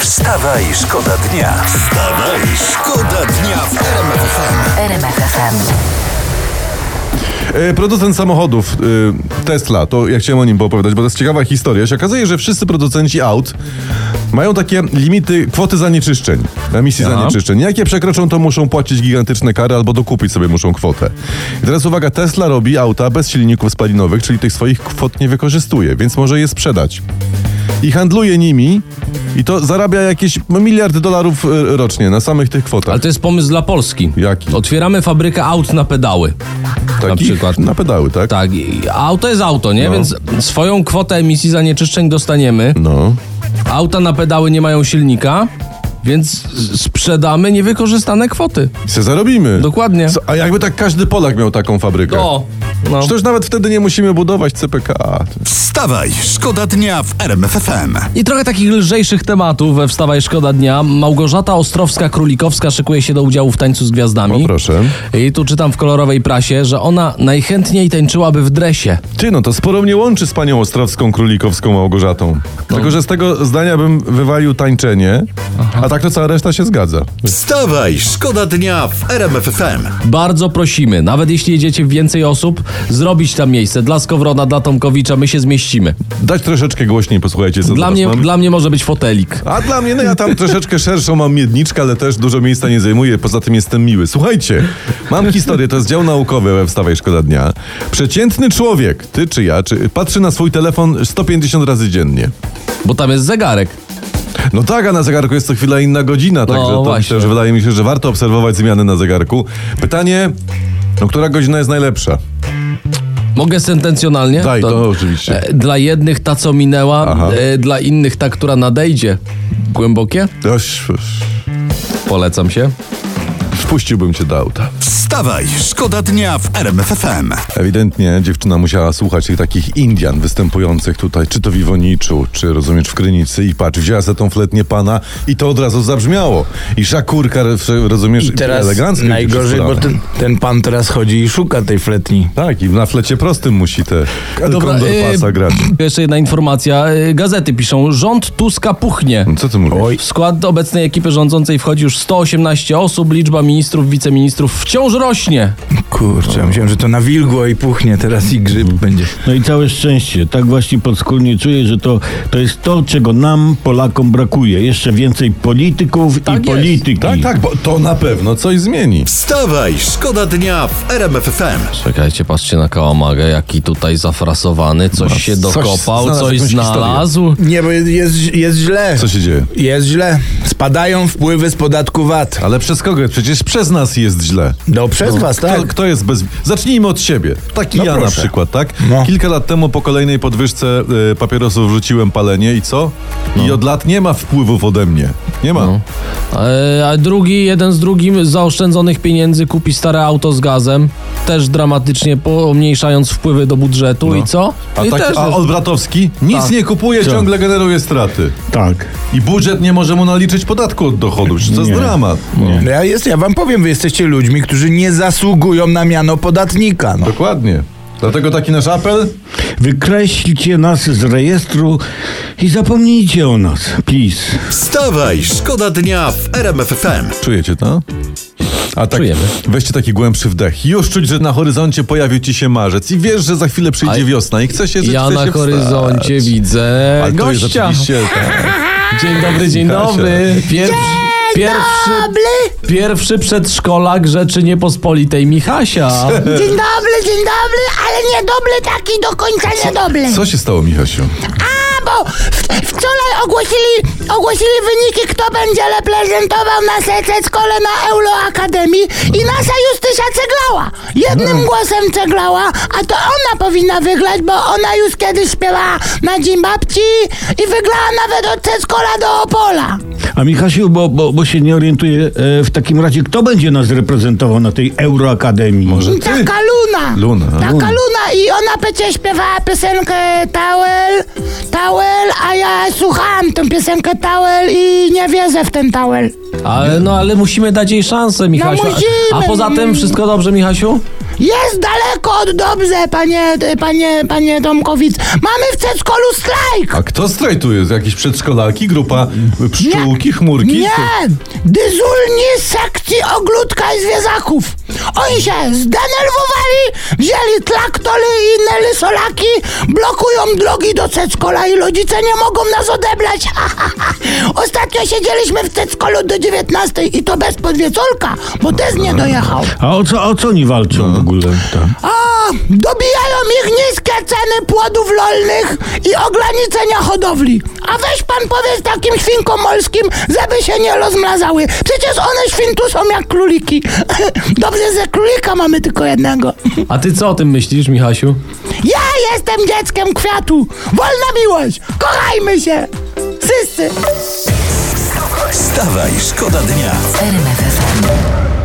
Wstawaj, szkoda dnia. Wstawaj, szkoda dnia w RMF FM. RMF FM. E, Producent samochodów e, Tesla, to ja chciałem o nim poopowiadać, bo to jest ciekawa historia. Się okazuje, że wszyscy producenci aut mają takie limity kwoty zanieczyszczeń, emisji zanieczyszczeń. Jakie przekroczą, to muszą płacić gigantyczne kary albo dokupić sobie muszą kwotę. I teraz uwaga, Tesla robi auta bez silników spalinowych, czyli tych swoich kwot nie wykorzystuje, więc może je sprzedać. I handluje nimi i to zarabia jakieś miliard dolarów e, rocznie na samych tych kwotach. Ale to jest pomysł dla Polski. Jaki? Otwieramy fabrykę aut na pedały. na Takich przykład. Na pedały, tak? Tak, i- auto jest auto, nie? Więc swoją kwotę emisji zanieczyszczeń dostaniemy. No. Auta na pedały nie mają silnika, więc s- sprzedamy niewykorzystane kwoty. I se zarobimy. Dokładnie. Co- A jakby tak każdy Polak miał taką fabrykę. To. No. Czy to już nawet wtedy nie musimy budować CPK. Wstawaj, szkoda dnia w RMF FM. I trochę takich lżejszych tematów we Wstawaj Szkoda Dnia. Małgorzata Ostrowska-Królikowska szykuje się do udziału w Tańcu z Gwiazdami. O, No, proszę. I tu czytam w kolorowej prasie, że ona najchętniej tańczyłaby w dresie. Ty, no to sporo mnie łączy z panią Ostrowską, Królikowską, Małgorzatą. No. Tylko, że z tego zdania bym wywalił tańczenie, a tak to cała reszta się zgadza. Wstawaj, szkoda dnia w RMF FM. Bardzo prosimy, nawet jeśli jedziecie w więcej osób, zrobić tam miejsce dla Skowrona, dla Tomkowicza, my się zmieścimy. Dać troszeczkę głośniej, posłuchajcie, co Dla teraz mnie, mam. dla mnie może być fotelik. A dla mnie, no ja tam troszeczkę szerszą mam miedniczkę, ale też dużo miejsca nie zajmuję, poza tym jestem miły. Słuchajcie, mam historię, to jest dział naukowy we Wstawaj Szkoda Dnia. Przeciętny człowiek, ty czy ja, czy, patrzy na swój telefon 150 razy dziennie. Bo tam jest zegarek. No tak, a na zegarku jest co chwila inna No, godzina, także to właśnie. też wydaje mi się, że warto obserwować zmiany na zegarku. Pytanie, no która godzina jest najlepsza? Mogę sentencjonalnie? Daj, to oczywiście. E, Dla jednych ta, co Aha. minęła, e, dla innych ta, która nadejdzie. Głębokie? Dość, Polecam się. wpuściłbym cię do auta. Wstawaj, szkoda dnia w RMF FM. Ewidentnie dziewczyna musiała słuchać tych takich Indian występujących tutaj, czy to w Iwoniczu, czy rozumiesz, w Krynicy i patrz, wzięła se tą fletnię pana i to od razu zabrzmiało. I szakurka, rozumiesz, I teraz elegancko. najgorzej, bo przecież ten, ten pan teraz chodzi i szuka tej fletni. Tak, i na flecie prostym musi te kondor e, pasa grać. Jeszcze jedna informacja. E, Gazety piszą, rząd Tuska puchnie. No, Co ty mówisz? W skład obecnej ekipy rządzącej wchodzi już 118 osób, liczba ministrów, wiceministrów wciąż rośnie. Kurczę, myślałem, że to nawilgło i puchnie, teraz i grzyb będzie. No i całe szczęście. Tak właśnie podskórnie czuję, że to, to jest to, czego nam, Polakom, brakuje. Jeszcze więcej polityków i jest. polityki. Tak, tak, bo to na pewno coś zmieni. Wstawaj, szkoda dnia w RMF FM. Czekajcie, patrzcie na kałamagę, jaki tutaj zafrasowany, coś się dokopał, znalazł coś jakąś znalazł. Nie, bo jest, jest źle. Co się dzieje? Jest źle. Spadają wpływy z podatku VAT. Ale przez kogo? Przecież przez nas jest źle. No przez was, Kto, tak. kto jest bez... Zacznijmy od siebie. Taki No ja proszę. na przykład, tak? No. Kilka lat temu po kolejnej podwyżce y, papierosów wrzuciłem palenie i co? No. I od lat nie ma wpływów ode mnie. Nie ma. E, a drugi, jeden z drugim z zaoszczędzonych pieniędzy kupi stare auto z gazem, też dramatycznie pomniejszając wpływy do budżetu i co? A, I tak, też a jest- Olbratowski nic Tak. nie kupuje, ciągle generuje straty. tak. I budżet nie może mu naliczyć podatku od dochodu. Przecież To jest Nie. dramat. No Ja, jest, ja wam powiem, wy jesteście ludźmi, którzy nie zasługują na miano podatnika. No. Dokładnie. Dlatego taki nasz apel? Wykreślcie nas z rejestru i zapomnijcie o nas. Please. Wstawaj, szkoda dnia w RMF FM. Czujecie to? A tak, Czujemy. weźcie taki głębszy wdech. Już czuć, że na horyzoncie pojawił ci się marzec i wiesz, że za chwilę przyjdzie A- wiosna i chce się żyć, Ja chce na się horyzoncie wstać. widzę Ale to jest gościa. oczywiście... tak. Dzień dobry, dzień Kasia. dobry. Pierwszy, pierwszy, pierwszy przedszkolak Rzeczy Niepospolitej Michasia. Dzień dobry, dzień dobry, ale niedobry taki do końca niedobry. Co się stało, Michasiu? A, bo w- wczoraj ogłosili, ogłosili wyniki, kto będzie reprezentował nas EC szkole E na Euroakademii i nasza Justysia Ceglała. Hmm. Jednym głosem Ceglała, a to ona powinna wygrać, bo ona już kiedyś śpiewała na Dzień Babci i wygrała nawet od Ceskola do Opola. A Michasiu, bo, bo, bo się nie orientuję e, w takim razie, kto będzie nas reprezentował na tej Euroakademii? Może ty? Taka Luna. Luna, Taka Luna. Luna. i ona będzie śpiewała piosenkę Towel, Towel, a ja słuchałam tę piosenkę Towel i nie wierzę w ten Towel. Ale, no, ale musimy dać jej szansę, Michasiu. A- musimy. A poza tym wszystko dobrze, Michasiu? Jest daleko od dobrze, panie, panie, panie Tomkowic. Mamy w Ceckolu strajk! A kto strajtuje? Jakieś przedszkolaki, grupa y, pszczółki, chmurki? Nie! Dyzulni sekcji oglutka i zwierzaków. Oni się zdenerwowali, wzięli traktory i inne lysolaki, blokują drogi do Ceckola i rodzice nie mogą nas odebrać. Ostatnio siedzieliśmy w Ceckolu do 19 i to bez podwiecorka, bo też nie dojechał. A o co, o co oni walczą w ogóle? Tak. A, dobijają ich niskie ceny płodów rolnych i ograniczenia hodowli. A weź pan powiedz takim świnkom morskim, żeby się nie rozmrazały. Przecież one świntu są jak króliki. Dobrze, że królika mamy tylko jednego. A ty co o tym myślisz, Michasiu? Ja jestem dzieckiem kwiatu. Wolna miłość. Kochajmy się. Wszyscy. Wstawaj, szkoda dnia. RMF FM.